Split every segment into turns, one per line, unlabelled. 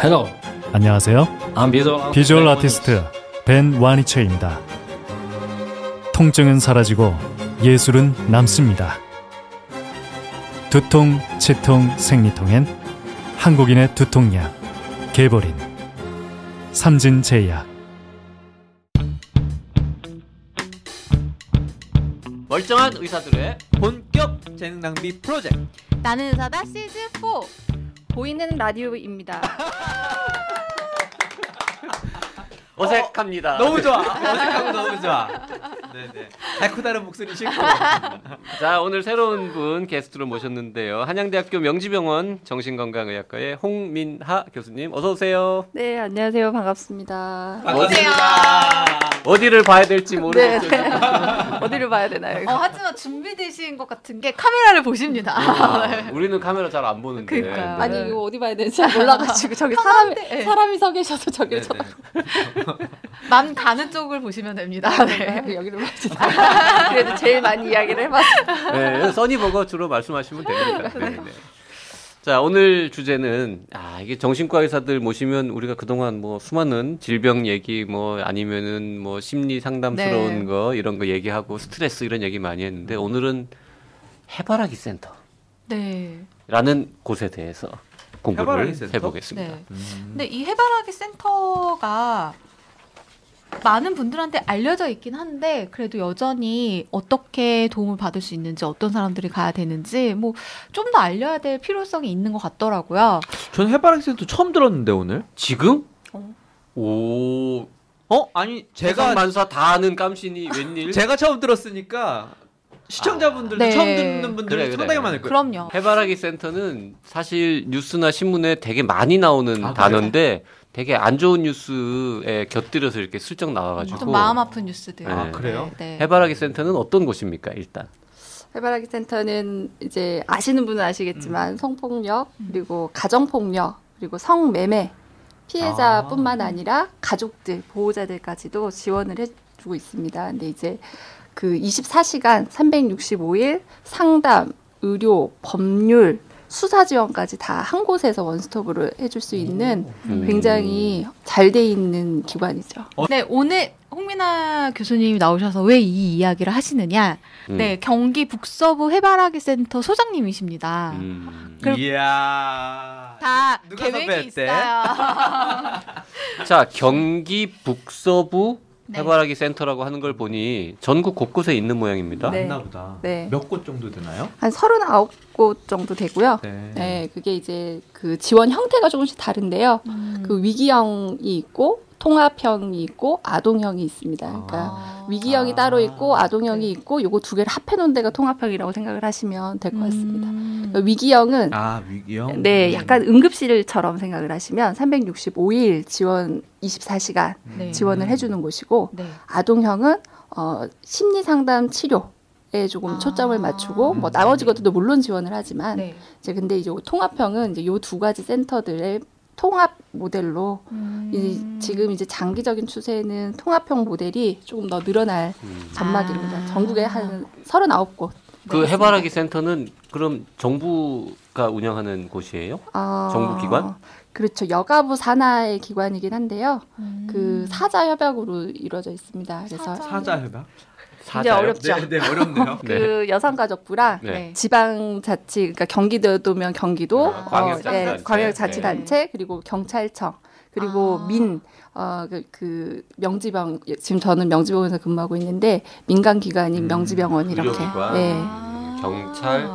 Hello,
안녕하세요.
I'm visual.
비주얼 아티스트 벤 와니체입니다. 통증은 사라지고 예술은 남습니다. 두통, 치통, 생리통엔 한국인의 두통약 개버린 삼진제약
멀쩡한 의사들의 본격 재능 낭비 프로젝트
나는 의사다 시즌 4 보이는 라디오입니다.
어색합니다.
너무 좋아 어색하고 너무 좋아 네네 달코다른 목소리 싫고
자 오늘 새로운 분 게스트로 모셨는데요. 한양대학교 명지병원 정신건강의학과의 홍민하 교수님 어서 오세요.
네, 안녕하세요. 반갑습니다.
어디를 봐야 될지
네.
모르겠어요.
네, 어디를 봐야 되나요?
어, 하지만 준비되신 것 같은 게 카메라를 보십니다.
아, 우리는 카메라 잘 안 보는데.
그러니까요.
네.
아니, 이거 어디 봐야 되는지 몰라가지고 저기 사람이
네.
사람이 서 계셔서 저기를 쳐다.
맘 가는 쪽을 보시면 됩니다. 네.
여기를 봐야지. 그래도 제일 많이 이야기를 해봤어요.
네, 써니버거 주로 말씀하시면 됩니다. 네, 네. 자, 오늘 주제는, 아, 이게 정신과 의사들 모시면 우리가 그동안 뭐 수많은 질병 얘기, 뭐 아니면은 뭐 심리 상담스러운
네.
거, 이런 거 얘기하고 스트레스 이런 얘기 많이 했는데 오늘은 해바라기 센터라는
네.
곳에 대해서 공부를
해바라기 센터?
해보겠습니다.
네.
음.
근데 이 해바라기 센터가 많은 분들한테 알려져 있긴 한데 그래도 여전히 어떻게 도움을 받을 수 있는지 어떤 사람들이 가야 되는지 뭐 좀 더 알려야 될 필요성이 있는 것 같더라고요.
전 해바라기 센터 처음 들었는데 오늘
지금?
어.
오,
어 아니
제가
제가
만사 다 아는 깜신이 웬일?
제가 처음 들었으니까 시청자분들도
아,
네.
처음 듣는 분들이
아, 네, 그래, 그래.
상당히 많을 거예요
그럼요.
해바라기 센터는 사실 뉴스나 신문에 되게 많이 나오는
아,
단어인데 되게 안 좋은 뉴스에 곁들여서 이렇게 슬쩍 나와가지고
좀 마음 아픈 뉴스들.
아,
그래요?
네.
해바라기 센터는 어떤 곳입니까 일단
해바라기 센터는 이제 아시는 분은 아시겠지만 성폭력 그리고 가정폭력 그리고 성매매 피해자뿐만 아니라 가족들 보호자들까지도 지원을 해주고 있습니다. 근데 이제 그 24시간 365일 상담, 의료, 법률, 수사 지원까지 다 한 곳에서 원스톱으로 해줄 수 있는
음.
굉장히 잘 돼 있는 기관이죠.
어?
네, 오늘 홍민아 교수님이 나오셔서 왜 이 이야기를 하시느냐.
음.
네, 경기 북서부 해바라기 센터 소장님이십니다.
음.
그럼-
이야
다
누가
계획이
섭외했대?
있어요.
자 경기 북서부
네.
해바라기 센터라고 하는 걸 보니 전국 곳곳에 있는 모양입니다
네.
맞나 보다
네.
몇 곳 정도 되나요?
한 39곳 정도 되고요.
네,
네, 그게 이제 그 지원 형태가 조금씩 다른데요.
음.
그 위기형이 있고 통합형이 있고 아동형이 있습니다. 그러니까
아.
위기형이
아.
따로 있고 아동형이
네.
있고 요거 두 개를 합해 놓은 데가 통합형이라고 생각을 하시면 될 것 같습니다. 그러니까
음.
위기형은
아 위기형
네, 약간 응급실처럼 생각을 하시면 365일 지원 24시간
음.
네.
지원을 해주는 곳이고
네.
아동형은 어, 심리 상담 치료에 조금
아. 음.
초점을 맞추고 뭐 나머지 것들도 물론 지원을 하지만
네.
이제 근데 이제 통합형은 이제 요 두 가지 센터들의 통합 모델로 이, 지금 이제 장기적인 추세는 통합형 모델이 조금 더 늘어날
음.
전망입니다.
아.
전국에 한 39곳.
그 해바라기 센터는 그럼 정부가 운영하는 곳이에요
아.
어,
정부 기관?
그렇죠. 여가부 산하의 기관이긴 한데요.
음.
그 사자 협약으로 이루어져 있습니다. 그래서
사자?
사자 해봐
이제
사자요?
어렵죠.
네, 네 어렵네요
네.
그 여성가족부랑
네.
네.
지방자치, 그러니까 경기도면 경기도,
아, 광역자치단체.
어, 네, 광역자치단체, 그리고 경찰청, 그리고
아.
민, 어, 그, 그 명지병, 지금 저는 명지병원에서 근무하고 있는데 민간기관인
음,
명지병원 이렇게.
의료기관.
네,
아.
경찰,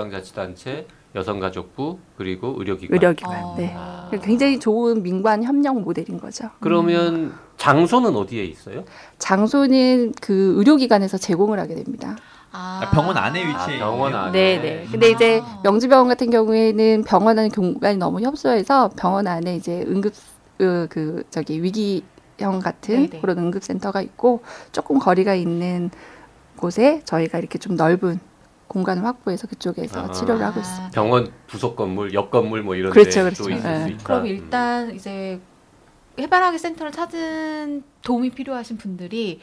지방자치단체 여성가족부 그리고 의료기관
의료기관.
어.
네.
아.
굉장히 좋은 민관 협력 모델인 거죠.
그러면
음.
장소는 어디에 있어요?
장소는 그 의료기관에서 제공을 하게 됩니다.
아.
아, 병원 안에
아,
위치해
병원 안에.
네, 네. 근데 이제
아.
명지병원 같은 경우에는 병원 안에 공간이 너무 협소해서 병원 안에 이제 응급 으, 그 저기 위기형 같은
네, 네.
그런 응급센터가 있고 조금 거리가 있는 곳에 저희가 이렇게 좀 넓은 공간을 확보해서 그쪽에서
아.
치료를 하고 있습니다.
병원 부속 건물, 옆 건물 뭐 이런
그렇죠,
데도
그렇죠.
있을
네.
수 있다.
그럼 일단 이제 해바라기 센터를 찾은 도움이 필요하신 분들이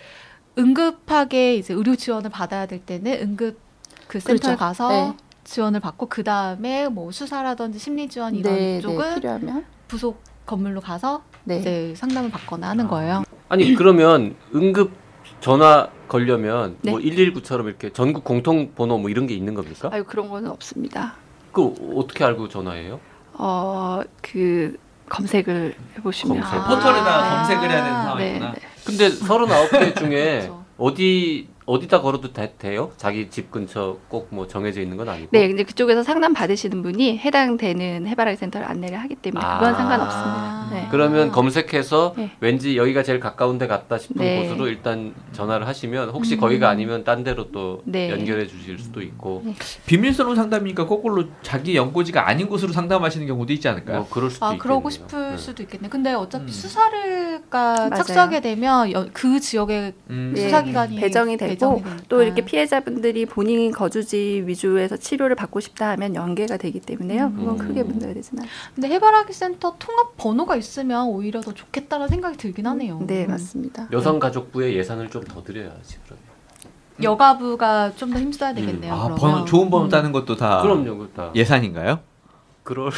응급하게 이제 의료 지원을 받아야 될 때는 응급 그 센터에
그렇죠.
가서
네.
지원을 받고 그 다음에 뭐 수사라든지 심리 지원 이런
네,
쪽은
네, 필요하면
부속 건물로 가서
네.
이제 상담을 받거나 하는 거예요.
아니 그러면 응급 전화 걸려면
네.
뭐 119처럼 이렇게 전국 공통 번호 뭐 이런 게 있는 겁니까?
아유 그런 거는 없습니다.
그 어떻게 알고 전화해요?
어, 그 검색을 해보시면
검색.
아, 포털에다가
아.
검색을 해야 되는
네,
상황이구나.
네.
근데 39개 중에
그렇죠.
어디 어디다 걸어도 다 돼요? 자기 집 근처 꼭 뭐 정해져 있는 건 아니고.
네, 근데 그쪽에서 상담 받으시는 분이 해당되는 해바라기 센터를 안내를 하기 때문에 그건
아.
상관없습니다. 네.
그러면
음.
검색해서
네.
왠지 여기가 제일 가까운 데 갔다 싶은
네.
곳으로 일단 전화를 하시면 혹시
음.
거기가 아니면 딴 데로 또
네.
연결해 주실 수도 있고
비밀스러운 상담이니까 거꾸로 자기 연고지가 아닌 곳으로 상담하시는 경우도 있지 않을까요?
뭐 그럴 수도
아,
있겠네요.
그러고 싶을
네.
수도 있겠네. 근데 어차피
음.
수사를가
맞아요.
착수하게 되면 여- 그 지역의
음.
예.
수사기관이
배정이 되고
되니까.
또 이렇게 피해자분들이 본인 거주지 위주에서 치료를 받고 싶다 하면 연계가 되기 때문에요. 그건
음.
크게 문제가 되진 않아요.
근데 해바라기 센터 통합 번호가 있으면 오히려 더 좋겠다라는 생각이 들긴 하네요.
네,
음.
맞습니다.
여성가족부의 예산을 좀 더 드려야지 그러면.
여가부가 좀 더 힘써야 되겠네요.
아,
그러면.
번호, 좋은 번호
음.
따는 것도 다
그럼요, 그다
아. 예산인가요?
그럴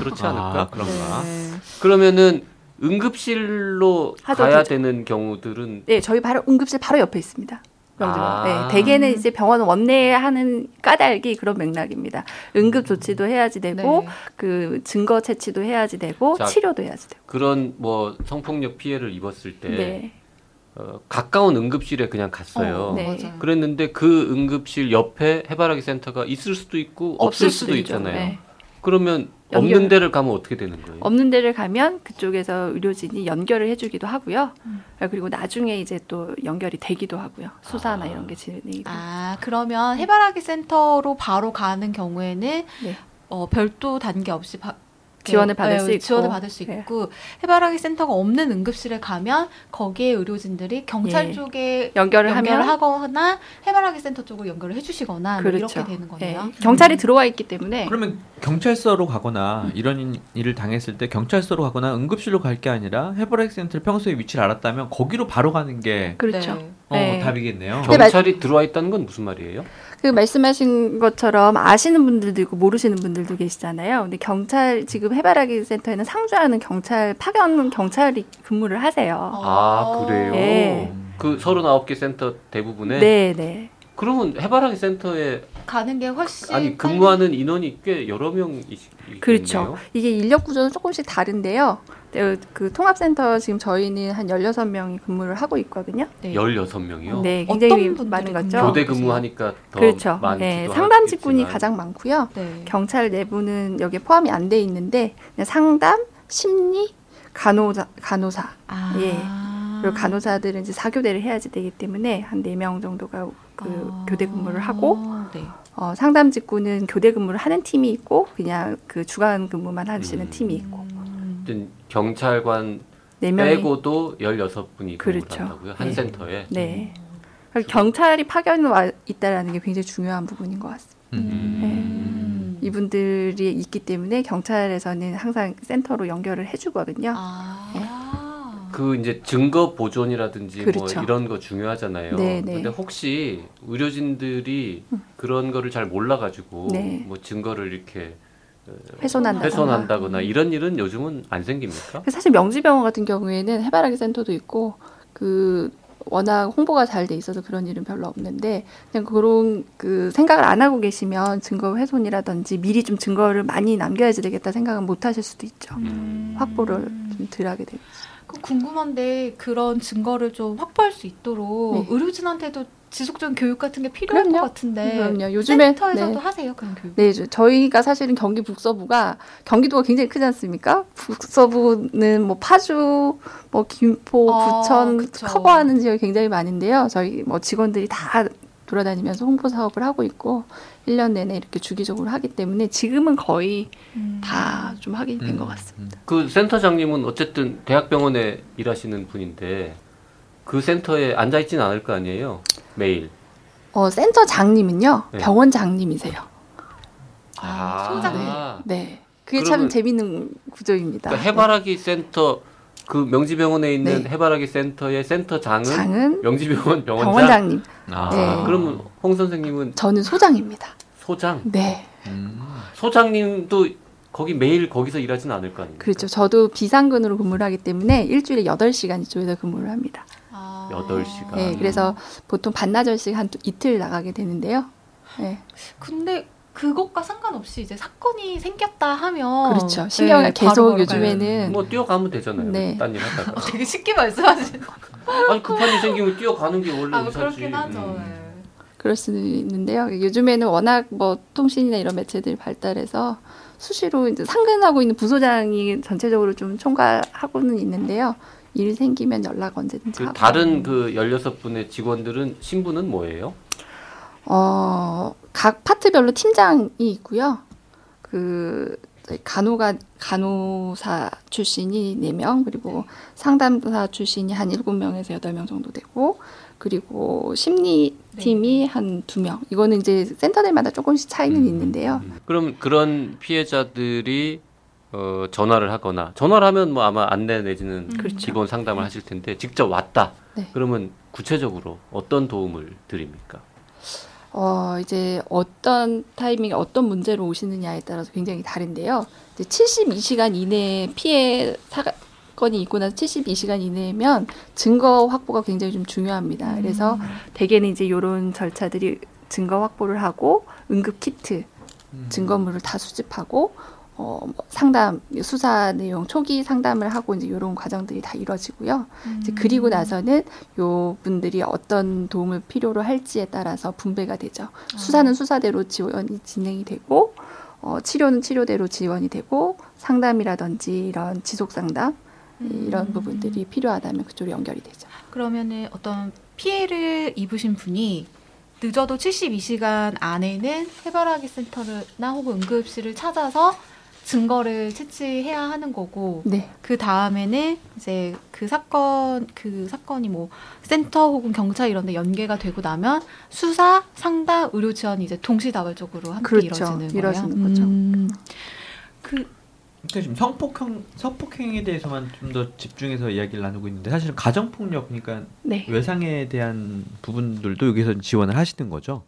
그렇지
아,
않을까?
그런가?
네.
그러면은 응급실로
하죠,
가야
하죠.
되는 경우들은
네, 저희 바로 응급실 바로 옆에 있습니다.
아.
네, 대개는 이제 병원 원내에 하는 까닭이 그런 맥락입니다. 응급 조치도 해야지 되고
네.
그 증거 채취도 해야지 되고
자,
치료도 해야지 되고.
그런 뭐 성폭력 피해를 입었을 때
네.
어, 가까운 응급실에 그냥 갔어요.
어,
네.
맞아요.
그랬는데 그 응급실 옆에 해바라기 센터가 있을 수도 있고 없을, 수도,
있죠.
있잖아요.
네.
그러면
연결.
없는 데를 가면 어떻게 되는 거예요?
없는 데를 가면 그쪽에서 의료진이 연결을 해주기도 하고요.
음.
그리고 나중에 이제 또 연결이 되기도 하고요. 수사나
아.
이런 게 진행이. 아.
아 그러면 해바라기 센터로 바로 가는 경우에는
네.
어, 별도 단계 없이 바- 네.
지원을 받을 수 있고.
지원을 받을 수
네.
있고 해바라기 센터가 없는 응급실에 가면 거기에 의료진들이 경찰
예.
쪽에
연결을,
연결을
하면
하거나 해바라기 센터 쪽으로 연결을 해주시거나 뭐
그렇죠.
이렇게 되는 거네요. 음.
네. 경찰이 들어와 있기 때문에
그러면 경찰서로 가거나 이런 일을 당했을 때 경찰서로 가거나 응급실로 갈 게 아니라 해버렉 센터 평소에 위치를 알았다면 거기로 바로 가는 게
그렇죠.
네.
어,
네.
답이겠네요.
네, 맞-
경찰이 들어와 있다는 건 무슨 말이에요?
그 말씀하신 것처럼 아시는 분들도 있고 모르시는 분들도 계시잖아요. 근데 경찰 지금 해바라기 센터에는 상주하는 경찰 파견 경찰이 근무를
어.
하세요.
아, 그래요?
예,
네.
그 39개 센터 대부분에
네, 네.
그러면 해바라기 센터에
가는 게 훨씬
아니 근무하는 인원이 꽤 여러 명이시겠네요.
그렇죠. 이게 인력 구조는 조금씩 다른데요. 어, 그 통합센터 지금 저희는 한 16명이 근무를 하고 있거든요.
빨리- 네.
16명이요.
네,
어떤
굉장히
분들이
많은 거죠.
근무하고
교대 근무하니까 더
그렇죠.
많기도
네, 상담 직군이
하겠지만.
가장 많고요.
네.
경찰 내부는 여기에 포함이 안 돼 있는데 그냥 상담, 심리, 간호사, 간호사
아.
예. 그리고 간호사들은 이제 사교대를 해야지 되기 때문에 한 네 명 정도가 그
아.
교대 근무를 하고
네.
어, 상담 직군은 교대 근무를 하는 팀이 있고 그냥 그 주간 근무만 하시는
음.
팀이 있고
음.
어쨌든 경찰관
네 명이
빼고도 16분이 근무를
그렇죠.
한다고요. 한
네.
센터에.
네. 그래서 경찰이 파견 와 있다라는 게 굉장히 중요한 부분인 것 같습니다. 네.
음.
이분들이 있기 때문에 경찰에서는 항상 센터로 연결을 해주거든요.
아.
예.
그 이제 증거 보존이라든지
그렇죠.
뭐 이런 거 중요하잖아요.
네, 네.
근데 혹시 의료진들이 그런 거를 잘 몰라 가지고
네.
뭐 증거를 이렇게
훼손한다.
훼손한다거나
음.
이런 일은 요즘은 안 생깁니까?
사실 명지병원 같은 경우에는 해바라기 센터도 있고 그 워낙 홍보가 잘 돼 있어서 그런 일은 별로 없는데 그냥 그런 그 생각을 안 하고 계시면 증거 훼손이라든지 미리 좀 증거를 많이 남겨야지 되겠다 생각은 못 하실 수도 있죠.
음.
확보를 좀 덜하게 되죠.
그 궁금한데 그런 증거를 좀 확보할 수 있도록
네.
의료진한테도 지속적인 교육 같은 게 필요할
그럼요.
것 같은데
그럼요. 요즘에-
네. 센터에서도
네.
하세요 그런 교육?
네, 저- 저희가 사실은 경기 북서부가 경기도가 굉장히 크지 않습니까? 북서부는 뭐 파주, 뭐 김포,
아,
부천
그쵸.
커버하는 지역이 굉장히 많은데요. 저희 뭐 직원들이 다 돌아다니면서 홍보 사업을 하고 있고 1년 내내 이렇게 주기적으로 하기 때문에 지금은 거의
음.
네. 다 좀 하게 된 것 같습니다.
그 센터장님은 어쨌든 대학병원에 일하시는 분인데 그 센터에 앉아 있진 않을 거 아니에요. 매일.
어, 센터 장님은요.
네.
병원 장님이세요.
아, 소장님.
네. 그게
그러면-
참 재밌는 구조입니다.
그러니까 해바라기 센터 그 명지병원에 있는
네.
해바라기 센터의 센터장은
네. 장은
명지병원 병원장.
병원장님.
아,
네.
그러면 홍 선생님은
저는 소장입니다.
소장,
네.
음.
소장님도 거기 매일 거기서 일하지는 않을 거 아니에요.
그렇죠. 저도 비상근으로 근무를 하기 때문에 일주일에 8시간 이쪽에서 근무를 합니다.
아.
여덟 시간.
네, 그래서 보통 반나절씩 한 두- 이틀 나가게 되는데요. 네,
근데 그것과 상관없이 이제 사건이 생겼다 하면 네,
그렇죠. 신경을 계속
바로바로 가요.
요즘에는
뭐 뛰어가면 되잖아요.
네.
딴 일 하다가.
어, 되게 쉽게 말씀하시는
아니 급한 일 생기면 뛰어가는 게 원래
아, 뭐
의사지.
그렇긴 하죠.
음.
그럴 수 있는데요. 요즘에는 워낙 뭐 통신이나 이런 매체들이 발달해서 수시로 이제 상근하고 있는 부소장이 전체적으로 좀 총괄하고는 있는데요. 일 생기면 연락 언제든지
그
하고.
다른 그 16분의 직원들은 신분은 뭐예요?
어, 각 파트별로 팀장이 있고요. 그 저희 간호가 간호사 출신이 4명, 그리고 상담사 출신이 한 7명에서 8명 정도 되고 그리고 심리팀이 한 2명. 이거는 이제 센터들마다 조금씩 차이는
음.
있는데요.
그럼 그런 피해자들이 어, 전화를 하거나 전화를 하면 뭐 아마 안내 내지는
음. 그렇죠.
직원 상담을 하실 텐데 직접 왔다.
네.
그러면 구체적으로 어떤 도움을 드립니까?
어, 이제 어떤 타이밍에 어떤 문제로 오시느냐에 따라서 굉장히 다른데요. 이제 72시간 이내에 피해 사건이 있고 나서 72시간 이내면 증거 확보가 굉장히 좀 중요합니다. 아,
음.
그래서 대개는 이제 이런 절차들이 증거 확보를 하고 응급 키트
음.
증거물을 다 수집하고 어, 뭐 상담 수사 내용 초기 상담을 하고 이제 이런 과정들이 다 이루어지고요.
음.
이제 그리고 나서는 요 분들이 어떤 도움을 필요로 할지에 따라서 분배가 되죠.
음.
아. 수사는 수사대로 지원이 진행이 되고 어, 치료는 치료대로 지원이 되고 상담이라든지 이런 지속 상담 이런
음.
부분들이 필요하다면 그쪽으로 연결이 되죠.
그러면은 어떤 피해를 입으신 분이 늦어도 72시간 안에는 해바라기 센터나 혹은 응급실을 찾아서 증거를 채취해야 하는 거고
네.
그 다음에는 이제 그 사건 그 사건이 뭐 센터 혹은 경찰 이런데 연계가 되고 나면 수사, 상담, 의료 지원이 이제 동시다발적으로 함께
그렇죠.
이루어지는 거예요.
이루어지는 거죠.
음. 그
그러니까 지금 성폭행 성폭행에 대해서만 좀 더 집중해서 이야기를 나누고 있는데 사실은 가정폭력 그러니까
네.
외상에 대한 부분들도 여기서 지원을 하시는 거죠.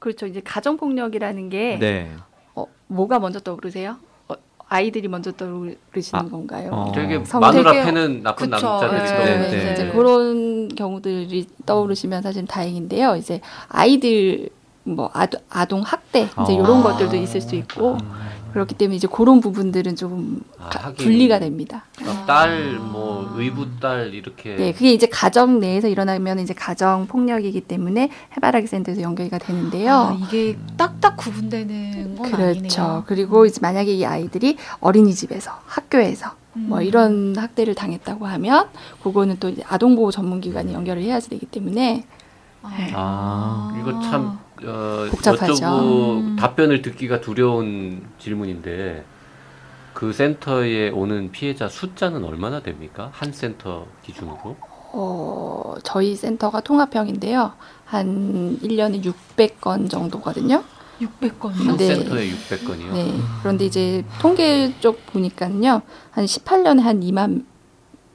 그렇죠. 이제 가정 폭력이라는 게
네.
어, 뭐가 먼저 떠오르세요? 어, 아이들이 먼저 떠오르시는
아,
건가요?
어.
되게
성격이-
마누라 패는 나쁜
그쵸,
남자들이
예,
너무
네, 네.
이제 그런 경우들이 떠오르시면 사실 다행인데요. 이제 아이들 뭐 아도, 아동 학대 이제 이런
아.
것들도 있을 수 있고
음.
그렇기 때문에 이제 그런 부분들은 조금
아,
가-
하긴.
분리가 됩니다.
딸 뭐 의붓 딸 이렇게
네, 아. 그게 이제 가정 내에서 일어나면 이제 가정 폭력이기 때문에 해바라기 센터에서 연결이
아,
되는데요.
이게 딱딱 구분되는 건
그렇죠.
아니네요. 음.
그리고 이제 만약에 이 아이들이 어린이집에서 학교에서 뭐
음.
이런 학대를 당했다고 하면 그거는 또 이제 아동보호 전문기관이 연결을 해야지 되기 때문에 네.
아.
이거 참 어,
복잡하죠.
여쭤보
음.
답변을 듣기가 두려운 질문인데 그 센터에 오는 피해자 숫자는 얼마나 됩니까? 한 센터 기준으로?
어, 저희 센터가 통합형인데요. 한 1년에 600건 정도거든요.
600건이요.
음.
한
네.
센터에 600건이요.
네. 그런데 이제 통계 쪽 보니까요. 한 18년에 한 2만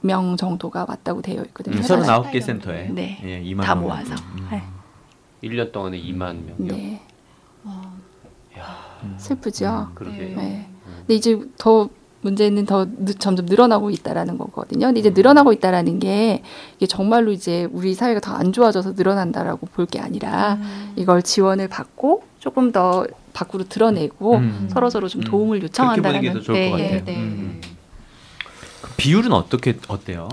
명 정도가 왔다고 되어 있거든요.
음,
서른아홉
39개 센터에
네.
예, 2만
다
원.
모아서.
음.
네.
1년 동안에 2만 명이요.
네.
와,
음.
슬프죠.
아, 그러게요. 음.
네. 근데 이제 더 문제는 더 느- 점점 늘어나고 있다라는 거거든요. 근데 이제 늘어나고 있다라는 게 이게 정말로 이제 우리 사회가 더 안 좋아져서 늘어난다라고 볼 게 아니라
음.
이걸 지원을 받고 조금 더 밖으로 드러내고
음.
서로 서로 좀
음.
도움을
그렇게
요청한다는
보는 게 더 좋을 것 같아요.
네, 네.
음. 그 비율은 어떻게 어때요?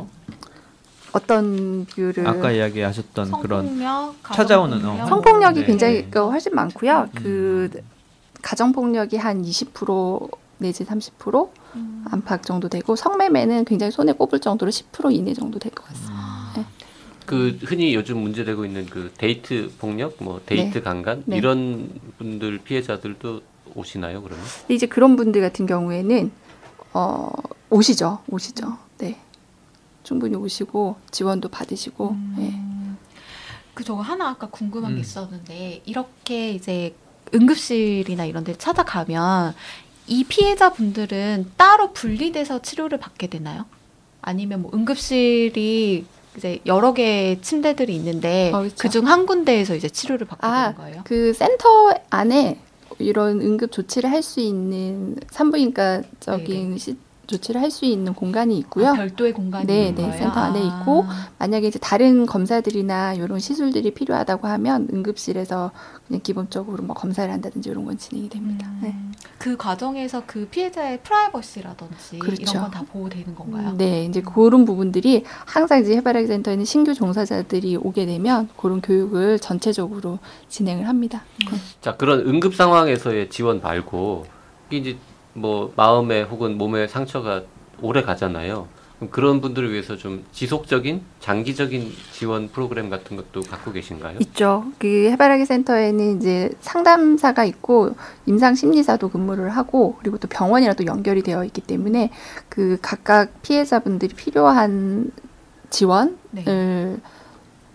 어떤 비율을
아까 이야기하셨던 그런
성폭력, 가정
찾아오는,
폭력.
어.
성폭력이
네.
굉장히 그 훨씬 많고요.
음.
그 가정 폭력이 한 20% 내지 30%
음.
안팎 정도 되고 성매매는 굉장히 손에 꼽을 정도로 10% 이내 정도 될 것 같습니다.
음.
그 흔히 요즘 문제되고 있는 그 데이트 폭력, 뭐 데이트
네.
강간
네.
이런 분들 피해자들도 오시나요? 그러면?
근데 이제 그런 분들 같은 경우에는 어, 오시죠, 오시죠. 네, 충분히 오시고 지원도 받으시고. 네.
음. 그 저거 하나 아까 궁금한
음.
게 있었는데 이렇게 이제 응급실이나 이런 데 찾아가면 이 피해자분들은 따로 분리돼서 치료를 받게 되나요? 아니면 뭐 응급실이 이제 여러 개의 침대들이 있는데
어, 그렇죠.
그중 한 군데에서 이제 치료를 받게
아,
되는 거예요?
그 센터 안에 이런 응급 조치를 할 수 있는 산부인과적인 시- 조치를 할 수 있는 공간이 있고요.
아, 별도의 공간이
네,
있는
네,
거예요?
센터 안에
아.
있고, 만약에 이제 다른 검사들이나 이런 시술들이 필요하다고 하면 응급실에서 그냥 기본적으로 뭐 검사를 한다든지 이런 건 진행이 됩니다.
음,
네.
그 과정에서 그 피해자의 프라이버시라든지
그렇죠.
이런 건 다 보호되는 건가요?
네, 이제 그런 부분들이 항상 이제 해바라기 센터에는 신규 종사자들이 오게 되면 그런 교육을 전체적으로 진행을 합니다.
자 그런 응급 상황에서의 지원 말고 이게 이제 뭐 마음에 혹은 몸에 상처가 오래 가잖아요. 그럼 그런 분들을 위해서 좀 지속적인 장기적인 지원 프로그램 같은 것도 갖고 계신가요?
있죠. 그 해바라기 센터에는 이제 상담사가 있고 임상 심리사도 근무를 하고 그리고 또 병원이랑 또 연결이 되어 있기 때문에 그 각각 피해자분들이 필요한 지원을
네.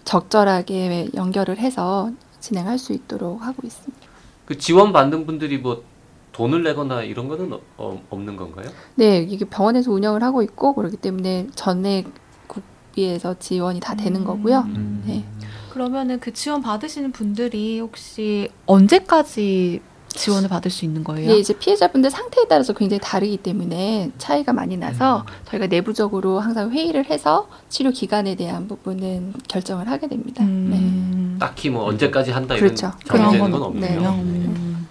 적절하게 연결을 해서 진행할 수 있도록 하고 있습니다.
그 지원 받는 분들이 뭐 돈을 내거나 이런 거는 어- 어- 없는 건가요?
네, 이게 병원에서 운영을 하고 있고 그렇기 때문에 전액 국비에서 지원이 다 되는
음.
거고요.
음.
네.
그러면은 그 지원 받으시는 분들이 혹시 언제까지 지원을 받을 수 있는 거예요?
이게 이제 피해자분들 상태에 따라서 굉장히 다르기 때문에 차이가 많이 나서 저희가 내부적으로 항상 회의를 해서 치료 기간에 대한 부분은 결정을 하게 됩니다. 네.
음.
딱히 뭐 언제까지 한다
그렇죠.
이런
그런
정해지는
건
건
없네요.
없네요.
음.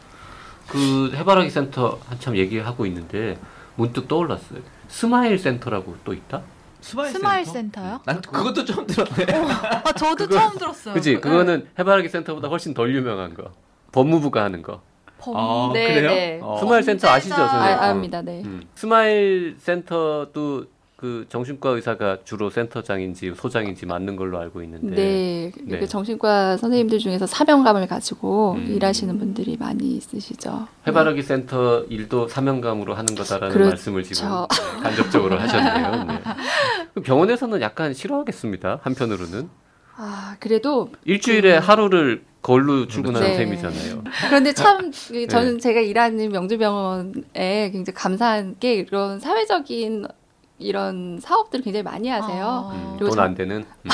그 해바라기 센터 한참 얘기하고 있는데 문득 떠올랐어요. 스마일 센터라고 또 있다?
스마일,
스마일
센터?
센터요?
난 그것도 처음 들었네.
아 저도 처음 들었어요. 네.
그지? 그거는 해바라기 센터보다 훨씬 덜 유명한 거. 법무부가 하는 거.
범...
아,
네,
그래요?
네.
어.
스마일 센터 아시죠,
범죄자.
선생님?
아, 압니다. 네.
음. 스마일 센터도 그 정신과 의사가 주로 센터장인지 소장인지 맞는 걸로 알고 있는데
네.
네.
그 정신과 선생님들 중에서 사명감을 가지고
음.
일하시는 분들이 많이 있으시죠.
해바라기 센터 일도 사명감으로 하는 거다라는
그렇죠.
말씀을 지금 간접적으로 하셨네요. 네. 그 병원에서는 약간 싫어하겠습니다. 한편으로는
아, 그래도
일주일에 하루를 걸로 출근하는
음. 네.
셈이잖아요.
그런데 참
네.
그 저는 제가 일하는 명주병원에 굉장히 감사한 게 이런 사회적인 이런 사업들을 굉장히 많이 하세요.
아.
그리고
음. 돈 안 되는. 음.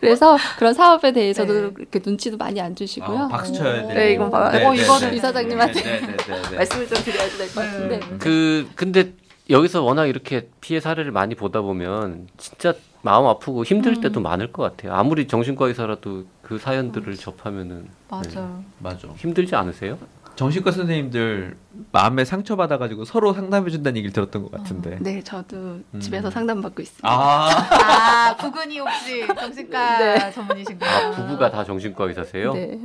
그래서 그런 사업에 대해서도
네.
이렇게 눈치도 많이 안 주시고요.
아, 박수 쳐야 돼.
네, 이건 봐.
어, 이거는
이사장님한테
네, 네, 네, 음, 네.
말씀을 좀 드려야 될 것 같은데.
네.
그 근데 여기서 워낙 이렇게 피해 사례를 많이 보다 보면 진짜 마음 아프고 힘들 때도 많을 것 같아요. 아무리 정신과 의사라도 그 사연들을 접하면은
맞아요.
맞아.
힘들지 않으세요?
정신과 선생님들 마음에 상처 받아가지고 서로 상담해 준다는 얘기를 들었던 것 같은데.
네, 저도
음.
집에서 상담받고
어.
있습니다.
아,
아 부근이 혹시 정신과
네.
전문이신가요?
아 부부가 다 정신과 의사세요?
네.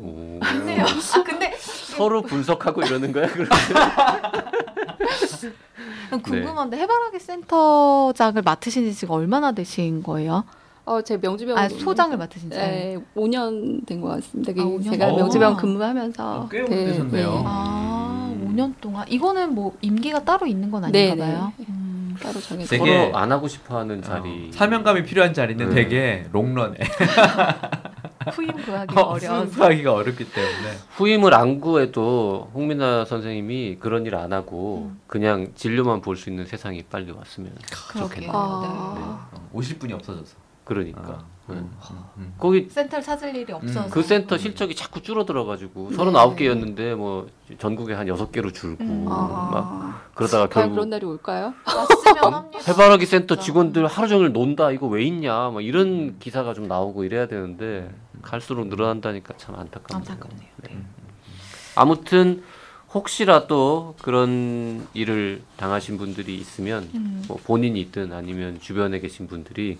오.
네요. 아 근데
서로 분석하고 이러는 거야? 그럼?
궁금한데 해바라기 센터장을 맡으신 지 지금 얼마나 되신 거예요?
어, 제 명주병원
아 소장을 맡으신 지.
네, 5년 된 것 같습니다.
아, 5년?
제가
오.
명주병원 근무하면서
꽤 오래 되셨네요.
아 5년 동안 이거는 뭐 임기가 따로 있는 건
네,
아닌가 봐요.
네.
음.
따로 정해서
되게-
서로 안 하고 싶어하는 자리.
어, 사명감이 필요한 자리는
네.
되게 롱런에
후임 구하기
어,
어려워서.
승부하기가 어렵기 때문에.
후임을 안 구해도 홍민아 선생님이 그런 일 안 하고 그냥 진료만 볼 수 있는 세상이 빨리 왔으면
그러게요.
좋겠네요.
아,
어, 오실 분이 없어져서.
그러니까
어,
네.
음, 음.
거기
센터를 찾을 일이 없어서.
그 센터 실적이 자꾸 줄어들어가지고 39개였는데 뭐 전국에 한 6개로 줄고
음.
막
아,
그러다가
과연
결국
그런 날이 올까요?
어?
왔으면 합니다.
해바라기 센터 직원들 하루 종일 논다 이거 왜 있냐 막 이런 기사가 좀 나오고 이래야 되는데 갈수록 늘어난다니까 참 안타깝네요.
안타깝네요. 네.
아무튼 혹시라도 그런 일을 당하신 분들이 있으면
음.
뭐 본인이 있든 아니면 주변에 계신 분들이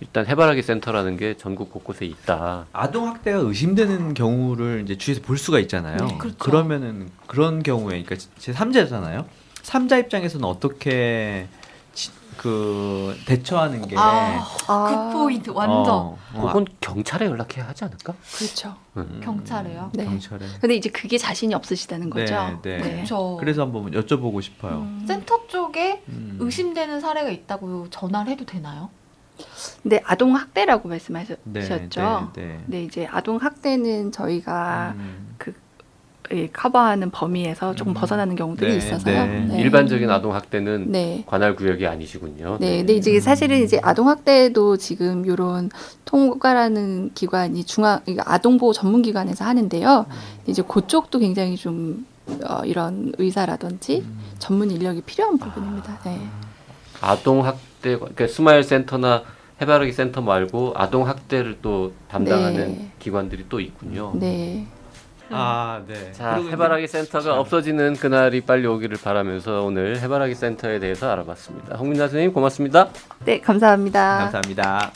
일단 해바라기 센터라는 게 전국 곳곳에 있다.
아동 학대가 의심되는 경우를 이제 주위에서 볼 수가 있잖아요.
네, 그렇죠.
러면은 그런 경우에 그러니까 제 3자잖아요. 3자 입장에서는 어떻게 지- 그 대처하는 게
아,
아,
그 포인트 완전
어, 어,
그건 경찰에 연락해야 하지 않을까?
그렇죠.
음,
경찰에요.
네.
경찰에.
근데 이제 그게 자신이 없으시다는 거죠. 음.
네, 네.
그렇죠.
그래서 한번 여쭤보고 싶어요.
센터 쪽에
음.
의심되는 사례가 있다고 전화를 해도 되나요?
근데 아동 학대라고
네,
말씀하셨죠.
네, 네.
네, 이제 아동 학대는 저희가
음,
예, 커버하는 범위에서 조금
음.
벗어나는 경우들이
네,
있어서요.
네.
일반적인 아동 학대는
네.
관할 구역이 아니시군요.
네, 근데 이제 사실은 이제 아동학대도 지금 이런 통과라는 기관이 중앙 이거 아동보호 전문기관에서 하는데요. 이제 그쪽도 굉장히 좀 어, 이런 의사라든지 전문 인력이 필요한 부분입니다. 네.
아동 학대 그러니까 스마일 센터나 해바라기 센터 말고 아동 학대를 또 담당하는
네.
기관들이 또 있군요.
네.
아, 네.
자,
그리고 이제-
해바라기 센터가
자.
없어지는 그날이 빨리 오기를 바라면서 오늘 해바라기 센터에 대해서 알아봤습니다. 홍민나 선생님 고맙습니다.
네, 감사합니다.
감사합니다.